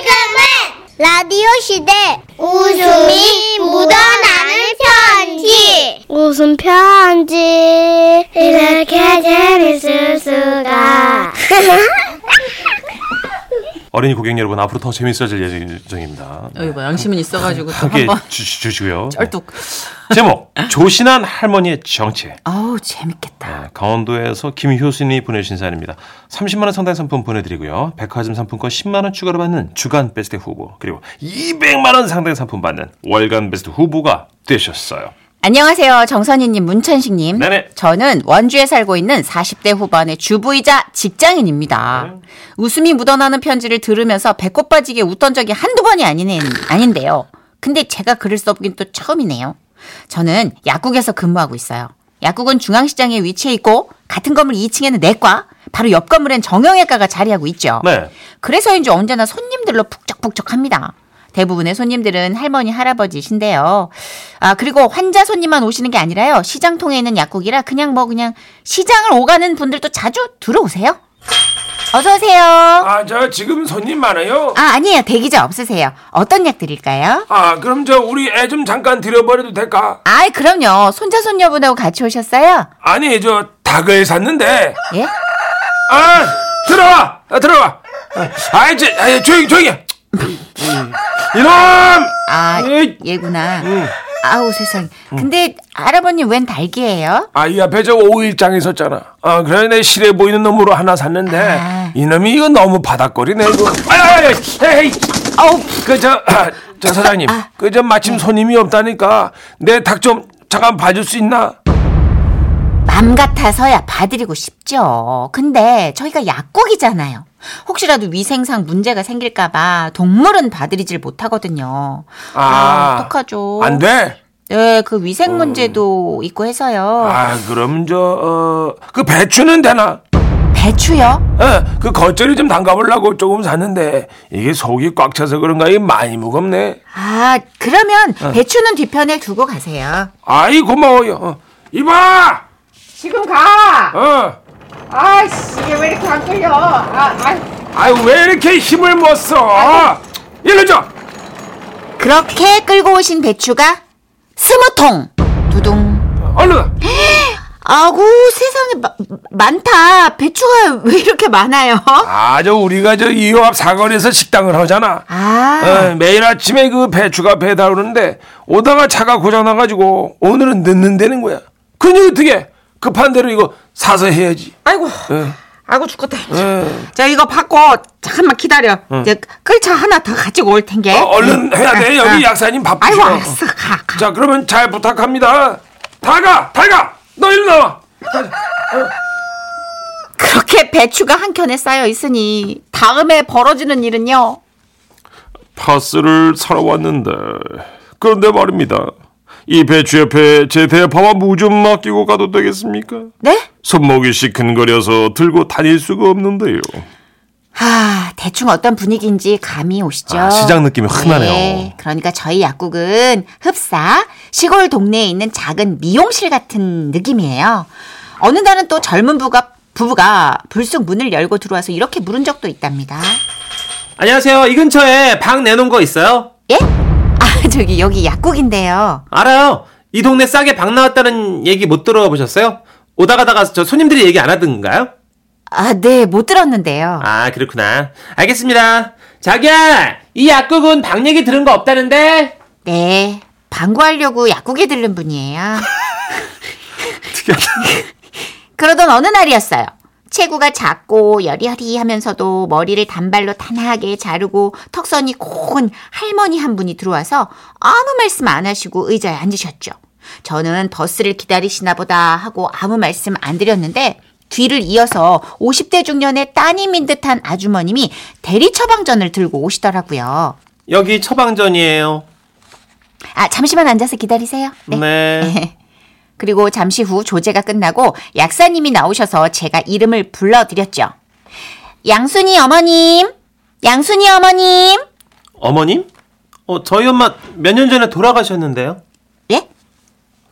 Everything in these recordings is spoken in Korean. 지금은 라디오 시대 웃음이 묻어나는 편지 웃음 편지 이렇게 재밌을 수가 어린이 고객 여러분 앞으로 더 재밌어질 예정입니다. 여기 뭐 양심은 있어가지고 또 함께 한번 주, 주시고요. 네. 쩔뚝. 제목 조신한 할머니의 정체. 아우 재밌겠다. 아, 강원도에서 김효순이 보내주신 사연입니다. 30만 원 상당 상품 보내드리고요. 백화점 상품권 10만 원 추가로 받는 주간 베스트 후보 그리고 200만 원 상당 상품 받는 월간 베스트 후보가 되셨어요. 안녕하세요. 정선희님, 문천식님. 네네. 저는 원주에 살고 있는 40대 후반의 주부이자 직장인입니다. 네. 웃음이 묻어나는 편지를 들으면서 배꼽 빠지게 웃던 적이 한두 번이 아니네, 아닌데요. 근데 제가 글을 써보긴 또 처음이네요. 저는 약국에서 근무하고 있어요. 약국은 중앙시장에 위치해 있고 같은 건물 2층에는 내과, 바로 옆 건물엔 정형외과가 자리하고 아. 있죠. 네. 그래서인지 언제나 손님들로 북적북적합니다. 대부분의 손님들은 할머니 할아버지신데요. 아 그리고 환자 손님만 오시는 게 아니라요. 시장 통에 있는 약국이라 그냥 뭐 그냥 시장을 오가는 분들도 자주 들어오세요. 어서 오세요. 아, 저 지금 손님 많아요. 아 아니에요 대기자 없으세요. 어떤 약 드릴까요? 아, 그럼 저 우리 애 좀 잠깐 들여버려도 될까? 아이 그럼요. 손자 손녀분하고 같이 오셨어요? 아니, 저 닭을 샀는데. 예? 아, 들어와, 아, 들어와. 아, 이제 아, 조용히 조용히. 해. 이놈. 아 에이. 얘구나. 아우 세상. 근데 할아버님 웬 달기예요? 아, 이 앞에 저 오일장 있었잖아. 아, 그래 내 실해 보이는 놈으로 하나 샀는데 아. 이놈이 이거 너무 바닥거리네 이거. 아야, 헤이. 아우, 그저 저 사장님, 그저 마침 손님이 없다니까 내 닭 좀 잠깐 봐줄 수 있나? 맘 같아서야 봐드리고 싶죠. 근데 저희가 약국이잖아요. 혹시라도 위생상 문제가 생길까봐 동물은 봐드리질 못하거든요. 아, 어떡하죠? 안 돼. 어. 네, 그 위생 문제도 있고 해서요. 아, 그럼 저, 어, 그 배추는 되나? 배추요? 어, 그 겉절이 좀 담가보려고 조금 샀는데, 이게 속이 꽉 차서 그런가, 이 많이 무겁네. 아, 그러면 배추는 뒤편에 두고 가세요. 아이, 고마워요. 어, 이봐! 지금 가! 어, 아이씨, 이게 왜 이렇게 안 끌려? 아, 아이. 아이, 왜 이렇게 힘을 못 써? 일로 줘! 그렇게 끌고 오신 배추가 스무통! 두둥. 얼른! 아구, 세상에 마- 많다. 배추가 왜 이렇게 많아요? 아, 저, 우리가 저, 이호 앞 사거리에서 식당을 하잖아. 아. 어, 매일 아침에 그 배추가 배달 오는데, 오다가 차가 고장나가지고, 오늘은 늦는다는 거야. 그니 어떻게, 급한 대로 이거 사서 해야지. 아이고. 예. 아이고 죽겠다. 예. 자 이거 받고 잠깐만 기다려. 이제 끌차 하나 더 가지고 올 텐게. 어, 얼른 해야 돼. 여기 아. 약사님 아이고 바쁘죠. 알았어 가. 가. 자, 그러면 잘 부탁합니다. 다가, 다가, 너 일로 나와. 그렇게 배추가 한 켠에 쌓여 있으니 다음에 벌어지는 일은요. 파스를 사러 왔는데 그런데 말입니다. 이 배추 옆에 제 대파와 무 좀 맡기고 가도 되겠습니까? 네? 손목이 시큰거려서 들고 다닐 수가 없는데요. 아, 대충 어떤 분위기인지 감이 오시죠? 아, 시장 느낌이 흔하네요. 네, 그러니까 저희 약국은 흡사 시골 동네에 있는 작은 미용실 같은 느낌이에요. 어느 날은 또 젊은 부가 부부가 불쑥 문을 열고 들어와서 이렇게 물은 적도 있답니다. 안녕하세요. 이 근처에 방 내놓은 거 있어요? 예? 아, 저기 여기 약국인데요. 알아요. 이 동네 싸게 방 나왔다는 얘기 못 들어보셨어요? 오다 가다가 저 손님들이 얘기 안 하던가요? 아, 네, 못 들었는데요. 아, 그렇구나. 알겠습니다. 자기야, 이 약국은 방 얘기 들은 거 없다는데? 네, 방구하려고 약국에 들른 분이에요. 그러던 어느 날이었어요. 체구가 작고 여리여리하면서도 머리를 단발로 단아하게 자르고 턱선이 고운 할머니 한 분이 들어와서 아무 말씀 안 하시고 의자에 앉으셨죠. 저는 버스를 기다리시나 보다 하고 아무 말씀 안 드렸는데 뒤를 이어서 50대 중년의 따님인 듯한 아주머님이 대리 처방전을 들고 오시더라고요. 여기 처방전이에요. 아, 잠시만 앉아서 기다리세요. 네. 네. 그리고 잠시 후 조제가 끝나고 약사님이 나오셔서 제가 이름을 불러드렸죠. 양순이 어머님, 양순이 어머님. 어머님? 어, 저희 엄마 몇 년 전에 돌아가셨는데요. 예?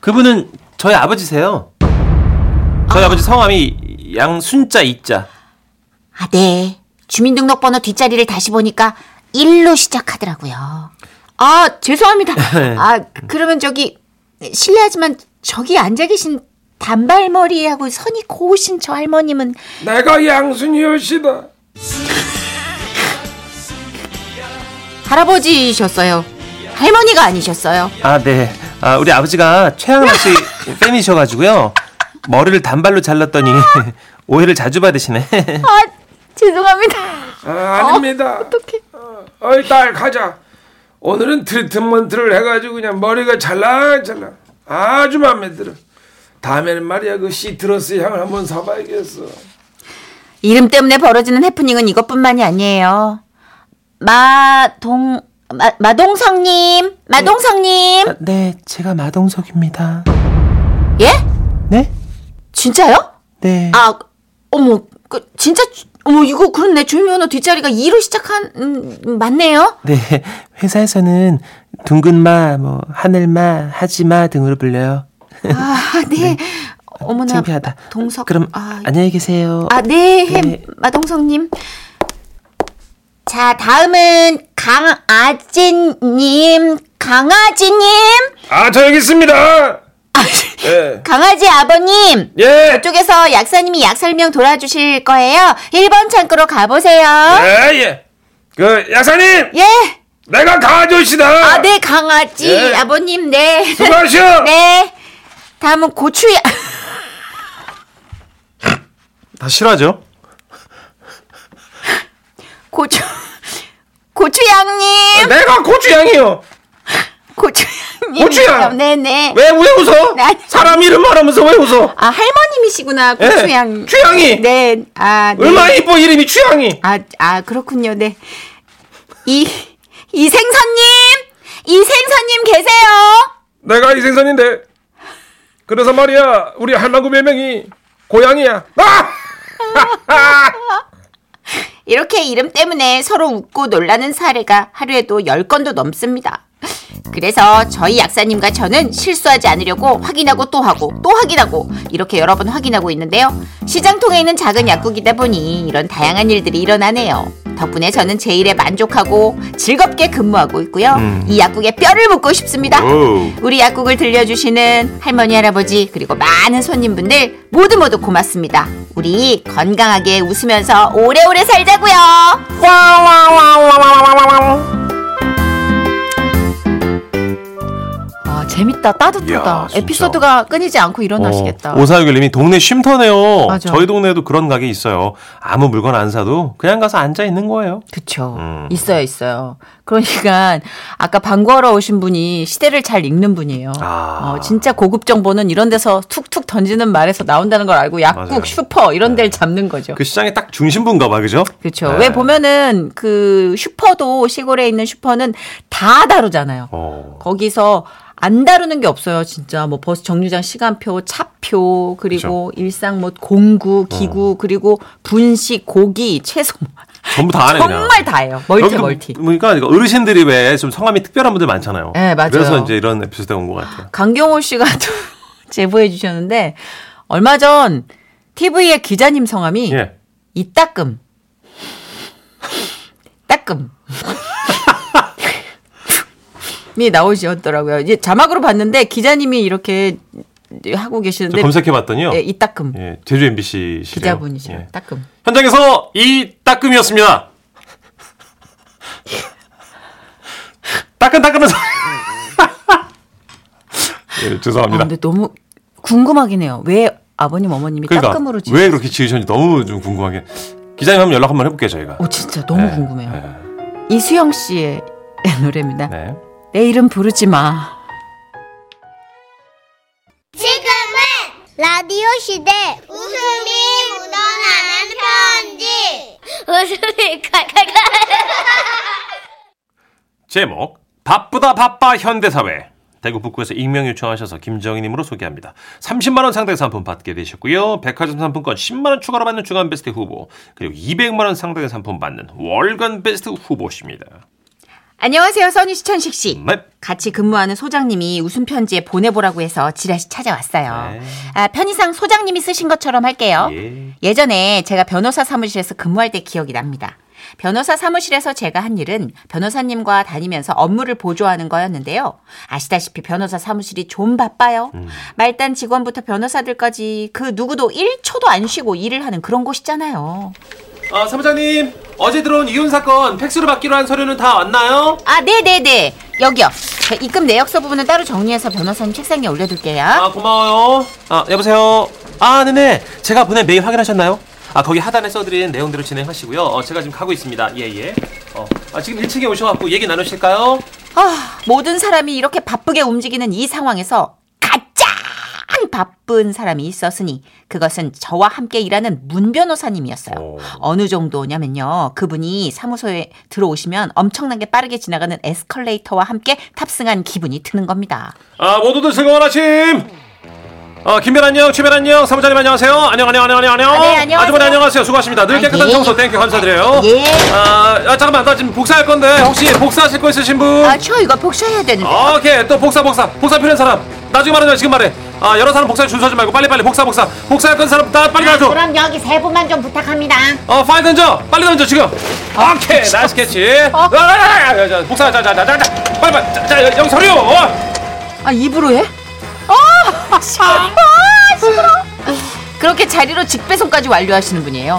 그분은 저희 아버지세요. 저희 아버지 성함이 양순자 이자. 아, 네. 주민등록번호 뒷자리를 다시 보니까 일로 시작하더라고요. 아, 죄송합니다. 아, 그러면 저기, 실례하지만 저기 앉아 계신 단발머리하고 선이 고우신 저 할머님은 내가 양순이여 씨다. 할아버지셨어요. 할머니가 아니셨어요. 아, 네. 아, 우리 아버지가 최양락 씨 팬이셔가지고요. 머리를 단발로 잘랐더니 오해를 자주 받으시네. 아, 죄송합니다. 아, 아닙니다. 어? 어떡해. 어이 딸 가자. 오늘은 트리트먼트를 해가지고 그냥 머리가 잘랑잘랑 아주 마음에 들어. 다음에는 말이야 그 시트러스 향을 한번 사봐야겠어. 이름 때문에 벌어지는 해프닝은 이것뿐만이 아니에요. 마동 마, 마동성님, 마동성님, 아, 네, 제가 마동석입니다. 예? 네? 진짜요? 네. 아, 어머, 그, 진짜, 주- 어머, 이거 그렇네. 주민번호 뒷자리가 2로 시작한, 음, 맞네요. 네. 회사에서는 둥근마, 뭐, 하늘마, 하지마 등으로 불려요. 아, 네. 어머나. 창피하다. 동석. 그럼 아, 안녕히 계세요. 아, 네, 네. 마동성님. 자, 다음은 강아지님, 강아지님, 아 저 여기 있습니다. 아, 네. 예. 강아지 아버님. 예. 저쪽에서 약사님이 약 설명 돌아주실 거예요. 1번 창고로 가보세요. 예, 예. 그 약사님, 예. 내가 가아저씨다. 아, 네, 강아지 예. 아버님, 네. 수고하셔. 네. 다음은 고추야. 다 싫어하죠? 고추. 고추양님. 내가 고추양이요. 고추양님. 고추양. 네네. 왜 왜 웃어? 네. 사람 이름 말하면서 왜 웃어? 아, 할머님이시구나, 예. 고추양. 추양이. 네. 아, 네. 얼마나 이뻐 이름이 추양이. 아, 아, 그렇군요. 네. 이, 이생선님! 이생선님 계세요! 내가 이 생선인데. 그래서 말이야 우리 한랑구 별명이 고양이야. 아! 이렇게 이름 때문에 서로 웃고 놀라는 사례가 하루에도 10건도 넘습니다. 그래서 저희 약사님과 저는 실수하지 않으려고 확인하고 또 하고 또 확인하고 이렇게 여러 번 확인하고 있는데요. 시장통에 있는 작은 약국이다 보니 이런 다양한 일들이 일어나네요. 덕분에 저는 제 일에 만족하고 즐겁게 근무하고 있고요. 이 약국에 뼈를 묻고 아! 싶습니다. 어. 오. 우리 약국을 들려주시는 할머니 할아버지 그리고 많은 손님분들 모두 모두 고맙습니다. 우리 건강하게 웃으면서 오래오래 살자고요. 아, 재밌다. 따뜻하다. 이야, 진짜. 에피소드가 끊이지 않고 일어나시겠다. 오사유결님이 동네 쉼터네요. 맞아. 저희 동네에도 그런 가게 있어요. 아무 물건 안 사도 그냥 가서 앉아 있는 거예요. 그쵸. 음. 있어요, 있어요. 그러니까, 아까 광고하러 오신 분이 시대를 잘 읽는 분이에요. 아. 어, 진짜 고급 정보는 이런 데서 툭툭 던지는 말에서 나온다는 걸 알고 약국, 맞아요. 슈퍼 이런 데를 잡는 거죠. 그 시장의 딱 중심부인가 봐, 그죠? 그렇죠. 네. 왜 보면은 그 슈퍼도 시골에 있는 슈퍼는 다 다루잖아요. 어. 거기서 안 다루는 게 없어요, 진짜. 뭐 버스 정류장 시간표, 차표, 그리고 일상 뭐 공구, 어. 기구, 그리고 분식, 고기, 채소. 전부 다 하네, 그냥. 정말 다예요. 멀티 여기도 멀티. 그러니까 이거 어르신들이 왜 좀 성함이 특별한 분들 많잖아요. 네, 맞아요. 그래서 이제 이런 에피소드가 온 것 같아요. 강경호 씨가 또 제보해 주셨는데 얼마 전 TV의 기자님 성함이 예. 이따끔. 따끔. 이 나오셨더라고요. 이제 자막으로 봤는데 기자님이 이렇게 하고 저 계시는데 검색해봤더니요. 예, 이따끔. 예, 제주 MBC 시래요. 기자분이죠. 예. 따끔. 현장에서 이 따끔이었습니다. 따끈따끈한 소 예, 아, 죄송합니다. 근데 너무 궁금하긴 해요. 왜 아버님 어머님이 그러니까 따끔으로 지으셨어요? 왜 그렇게 지으셨는지 너무 좀 궁금하게 기자님 한번 연락 한번 해볼게요 저희가. 오 어, 진짜 너무 네, 궁금해요. 네, 이수영 씨의 노래입니다. 네. 내 이름 부르지 마. 지금은 라디오 시대 웃음이 묻어나는 편지 웃음이 칼칼칼 제목 바쁘다 바빠 현대사회 대구 북구에서 익명 요청하셔서 김정희님으로 소개합니다. 30만 원 상당 상품 받게 되셨고요. 백화점 상품권 10만 원 추가로 받는 주간 베스트 후보 그리고 200만 원 상당의 상품 받는 월간 베스트 후보십니다. 안녕하세요, 선희 시천식 씨. 네. 같이 근무하는 소장님이 웃음 편지에 보내보라고 해서 지라시 찾아왔어요. 네. 아, 편의상 소장님이 쓰신 것처럼 할게요. 예. 예전에 제가 변호사 사무실에서 근무할 때 기억이 납니다. 변호사 사무실에서 제가 한 일은 변호사님과 다니면서 업무를 보조하는 거였는데요. 아시다시피 변호사 사무실이 좀 바빠요. 음. 말단 직원부터 변호사들까지 그 누구도 1초도 안 쉬고 일을 하는 그런 곳이잖아요. 어, 사무장님 어제 들어온 이혼 사건 팩스로 받기로 한 서류는 다 왔나요? 아, 네네네. 여기요. 자, 입금 내역서 부분은 따로 정리해서 변호사님 책상에 올려둘게요. 아 고마워요. 아 여보세요. 아 네네. 제가 보낸 메일 확인하셨나요? 아 거기 하단에 써드린 내용대로 진행하시고요. 어, 제가 지금 가고 있습니다. 예예. 어, 아, 지금 1층에 오셔갖고 얘기 나누실까요? 아, 모든 사람이 이렇게 바쁘게 움직이는 이 상황에서 가장 바쁜 사람이 있었으니 그것은 저와 함께 일하는 문 변호사님이었어요. 오. 어느 정도냐면요. 그분이 사무소에 들어오시면 엄청나게 빠르게 지나가는 에스컬레이터와 함께 탑승한 기분이 드는 겁니다. 아 모두들 즐거운 아침. 어, 김별 안녕, 최별 안녕, 사무장님 안녕하세요. 안녕, 안녕, 안녕, 안녕, 안녕. 아, 네, 안녕하세요. 아주머니 안녕하세요. 수고하십니다. 늘 아, 네, 깨끗한 예. 청소, 땡큐 감사드려요. 예. 아, 아, 잠깐만, 나 지금 복사할 건데 혹시 복사하실 거 있으신 분? 아, 저 이거 복수해야 되는데. 오케이, 또 복사, 복사, 복사 필요한 사람. 나중에 말하자, 지금 말해. 아, 여러 사람 복사에 줄 서지 말고 빨리 빨리 복사, 복사. 복사할 건 사람 다 빨리 가줘. 그럼 여기 세 분만 좀 부탁합니다. 어, 파일 던져, 빨리 던져 지금. 오케이, 어, 나이스 캐치. 아, 아, 아, 아, 자, 복사, 자, 자, 자, 자, 자, 빨리 빨리, 자, 자, 여기 서류. 어. 아 입으로 해? 어! 그렇게 자리로 직배송까지 완료하시는 분이에요.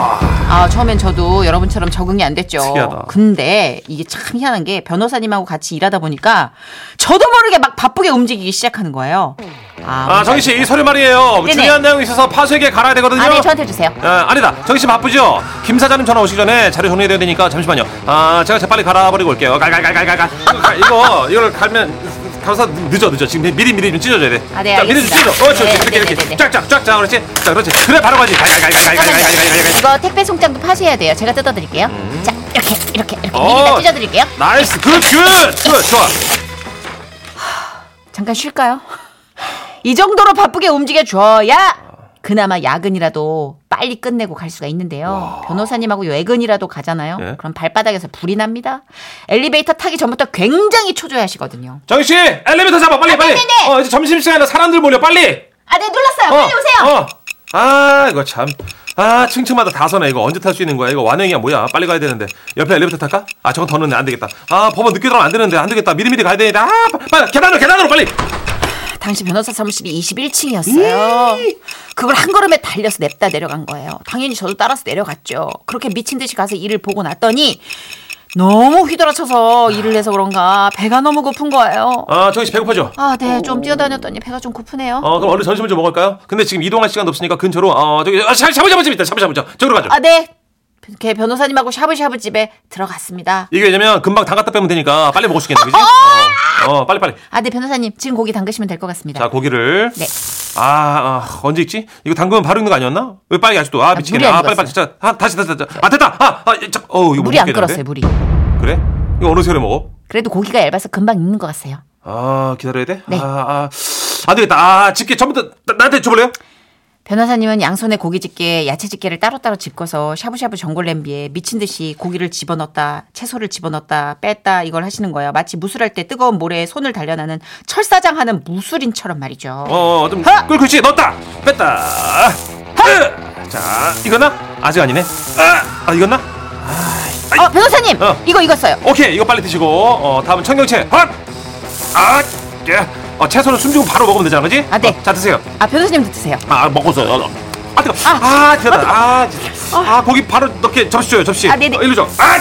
아, 처음엔 저도 여러분처럼 적응이 안 됐죠. 특이하다. 근데 이게 참 희한한 게 변호사님하고 같이 일하다 보니까 저도 모르게 막 바쁘게 움직이기 시작하는 거예요. 아, 아, 정희 씨, 이 서류 말이에요. 네네. 중요한 내용이 있어서 파쇄기에 갈아야 되거든요. 아, 네, 저한테 주세요. 아, 아니다. 정희 씨 바쁘죠? 김 사장님 전화 오시기 전에 자료 정리해야 되니까 잠시만요. 아, 제가 재빨리 갈아버리고 올게요. 갈갈갈갈갈갈. 아, 이거 가- 이거 이걸 갈면 가서 늦어 늦어. 지금 미리 미리 좀 찢어줘야 돼. 아, 네, 자, 미리 좀 찢어. 알겠습니다. 어, 그렇지, 네, 그렇지. 네, 네, 이렇게 네, 이렇게. 쫙쫙 쫙쫙 그렇지. 자, 그렇지. 그래 바로 가지. 갈갈갈갈갈갈갈갈갈. 이거 택배 송장도 파쇄해야 돼요. 제가 뜯어드릴게요. 자, 이렇게, 이렇게, 이렇게 어. 미리 다 찢어드릴게요. 나이스. 굿 굿. 굿. 좋아. 잠깐 쉴까요? 이 정도로 바쁘게 움직여줘야 그나마 야근이라도 빨리 끝내고 갈 수가 있는데요. 변호사님하고 외근이라도 가잖아요. 예. 그럼 발바닥에서 불이 납니다. 엘리베이터 타기 전부터 굉장히 초조해하시거든요. 정희 씨, 엘리베이터 잡아. 빨리 빨리. 네, 어, 이제 점심 시간이라 사람들 몰려. 빨리. 아, 네 눌렀어요. 어, 빨리 오세요. 어. 아 이거 참. 아 층층마다 다 서네 이거 언제 탈 수 있는 거야 이거 완행이야 뭐야 빨리 가야 되는데 옆에 엘리베이터 탈까? 아 저건 더 늦네 안 되겠다 아 법원 늦게 들어가면 안 되는데 안 되겠다 미리미리 가야 되겠다 아 빨리, 빨리 계단으로 계단으로 빨리 당시 변호사 사무실이 21층이었어요. 그걸 한 걸음에 달려서 냅다 내려간 거예요. 당연히 저도 따라서 내려갔죠. 그렇게 미친 듯이 가서 일을 보고 났더니 너무 휘돌아쳐서 일을 해서 그런가 배가 너무 고픈 거예요. 아 정희 씨 배고파죠? 아, 네, 좀 뛰어다녔더니 배가 좀 고프네요. 어 그럼 얼른 점심을 좀 먹을까요? 근데 지금 이동할 시간도 없으니까 근처로 어 저기 아, 샤- 샤브샤브집 있다 샤브샤브집 저기로 가죠 아, 네. 걔 변호사님하고 샤브샤브 집에 들어갔습니다. 이게 왜냐면 금방 다 갖다 빼면 되니까 빨리 먹을 수 있겠네 그지? 어, 어 빨리 빨리 아, 네, 변호사님. 지금 고기 담그시면 될 것 같습니다. 자 고기를 네. 아, 아, 언제 익지? 이거 당근 바로 익는 거 아니었나? 왜 빨리 아직도 아 미치겠네 물이 안 아 빨리 빨리 익었어. 자 아, 다시 다시 다시 아 됐다 아아 어우 이거 못 물이 안 익겠는데? 끓었어요, 물이. 그래? 이거 어느 세월에 먹어? 그래도 고기가 얇아서 금방 익는 것 같아요. 아 기다려야 돼? 네. 아, 아, 안 되겠다. 아 집게 전부터 나, 나한테 줘볼래요? 변호사님은 양손에 고기 집게, 야채 집게를 따로따로 집어서 샤브샤브 전골 냄비에 미친 듯이 고기를 집어넣었다, 채소를 집어넣었다, 뺐다 이걸 하시는 거예요. 마치 무술할 때 뜨거운 모래에 손을 단련하는 철사장 하는 무술인처럼 말이죠. 어, 좀 하! 끓고 있지. 넣었다. 뺐다. 으! 자 이거나? 아직 아니네. 아, 아 이거나? 어, 변호사님, 어. 이거 익었어요. 오케이 이거 빨리 드시고 어 다음은 청경채. 헛! 아, 예. 어 채소는 숨지고 바로 먹으면 되잖아, 그지? 아, 네. 어, 자 드세요. 아, 변호사님도 드세요. 아 먹었어요. 어, 어. 아 뜨거. 아, 아 뜨거. 아, 진짜. 아 거기 바로 넣게 접시 줘요 접시. 아, 네네. 어, 일로 줘. 아,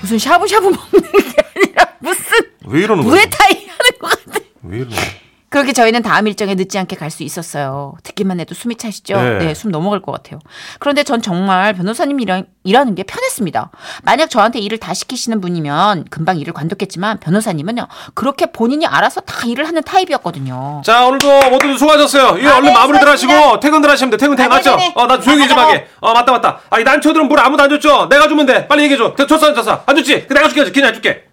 무슨 샤브샤브 먹는 게 아니라 무슨 왜 이러는 거야? 무에타이 하는 것 같아. 왜 이러는 거야? 그렇게 저희는 다음 일정에 늦지 않게 갈 수 있었어요. 듣기만 해도 숨이 차시죠? 네. 네. 숨 넘어갈 것 같아요. 그런데 전 정말 변호사님 일하, 일하는 게 편했습니다. 만약 저한테 일을 다 시키시는 분이면 금방 일을 관뒀겠지만 변호사님은요, 그렇게 본인이 알아서 다 일을 하는 타입이었거든요. 자 오늘도 모두 수고하셨어요. 이 얼른 네, 마무리들 수고하셨습니다. 하시고 퇴근들 하시면 돼. 퇴근 퇴근 아, 맞죠? 네네네. 어나 조용히 좀 맞아요. 하게. 어 맞다 맞다. 아이 난초들은 물 아무도 안 줬죠. 내가 주면 돼. 빨리 얘기해 줘. 줬어 안 줬어. 안 줬지. 그 내가 줄게. 그냥 줄게.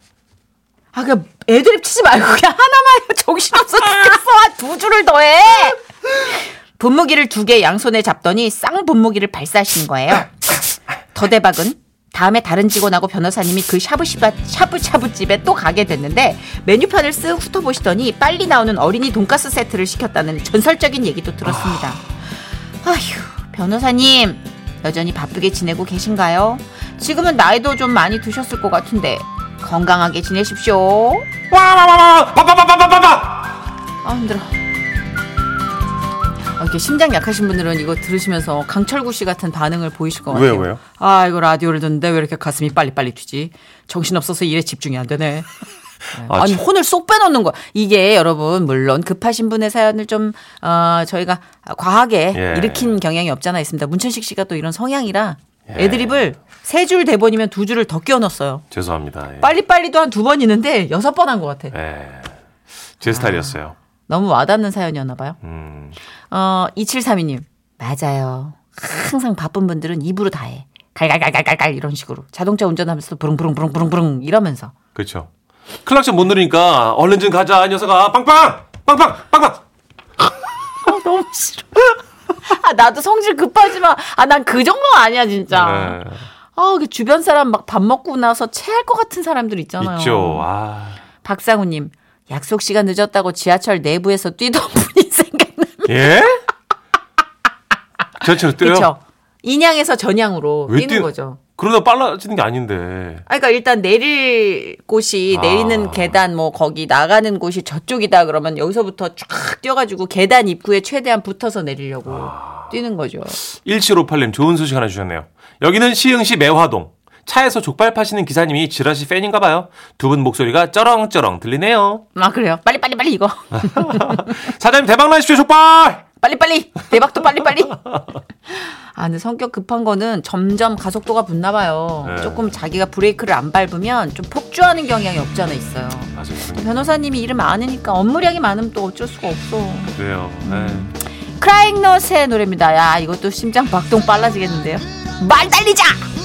아 그냥 애드립 치지 말고 그냥 하나만 해. 정신없어 죽겠어. 두 줄을 더해! 분무기를 두 개 양손에 잡더니 쌍 분무기를 발사하신 거예요. 더 대박은 다음에 다른 직원하고 변호사님이 그 샤브샤브, 샤브샤브 집에 또 가게 됐는데 메뉴판을 쓱 훑어보시더니 빨리 나오는 어린이 돈가스 세트를 시켰다는 전설적인 얘기도 들었습니다. 아휴 변호사님 여전히 바쁘게 지내고 계신가요? 지금은 나이도 좀 많이 드셨을 것 같은데 건강하게 지내십시오. 와와와와 바바바바바바. 아 힘들어. 아, 이렇게 심장 약하신 분들은 이거 들으시면서 강철구 씨 같은 반응을 보이실 것 같아요. 왜요, 왜요? 아 이거 라디오를 듣는데 왜 이렇게 가슴이 빨리빨리 뛰지? 정신 없어서 일에 집중이 안 되네. 아, 아니 참. 혼을 쏙 빼놓는 거야. 이게 여러분 물론 급하신 분의 사연을 좀 어, 저희가 과하게 예. 일으킨 경향이 없잖아 있습니다. 문천식 씨가 또 이런 성향이라 예. 애드립을 세 줄 대본이면 두 줄을 더 끼워 넣었어요. 죄송합니다. 예. 빨리빨리도 한 두 번 있는데 여섯 번 한 것 같아. 예. 제 스타일이었어요. 너무 와닿는 사연이었나 봐요. 음. 어, 2732님. 맞아요. 항상 바쁜 분들은 입으로 다 해. 갈갈갈갈갈갈 이런 식으로. 자동차 운전하면서도 부릉부릉부릉부릉부릉 이러면서. 그렇죠. 클락션 못 누르니까 얼른 좀 가자 이 녀석아 빵빵 빵빵 빵빵. 아, 너무 싫어. 아, 나도 성질 급하지 마. 아, 난 그 정도는 아니야, 진짜. 네. 아, 그 주변 사람 막 밥 먹고 나서 체할 것 같은 사람들 있잖아요. 있죠. 아. 박상우님. 약속 시간 늦었다고 지하철 내부에서 뛰던 분이 생각나. 예? 지하철 뛰어요? 그렇죠. 인양에서 전양으로 왜 뛰는 뛰- 거죠. 그러다 빨라지는 게 아닌데. 아, 그러니까 일단 내릴 곳이 아. 내리는 계단 뭐 거기 나가는 곳이 저쪽이다 그러면 여기서부터 쫙 뛰어가지고 계단 입구에 최대한 붙어서 내리려고 아. 뛰는 거죠. 1758님 좋은 소식 하나 주셨네요. 여기는 시흥시 매화동. 차에서 족발 파시는 기사님이 지라시 팬인가 봐요. 두 분 목소리가 쩌렁쩌렁 들리네요. 아 그래요? 빨리 빨리 빨리 이거 사장님 대박 나십시오 족발. 빨리 빨리 대박도 빨리 빨리. 아 근데 성격 급한 거는 점점 가속도가 붙나 봐요. 네. 조금 자기가 브레이크를 안 밟으면 좀 폭주하는 경향이 없지 않아 있어요. 맞아요. 변호사님이 일을 많으니까 업무량이 많으면 또 어쩔 수가 없어. 그래요. 네. 크라잉넛의 노래입니다. 야 이것도 심장 박동 빨라지겠는데요. 말 달리자.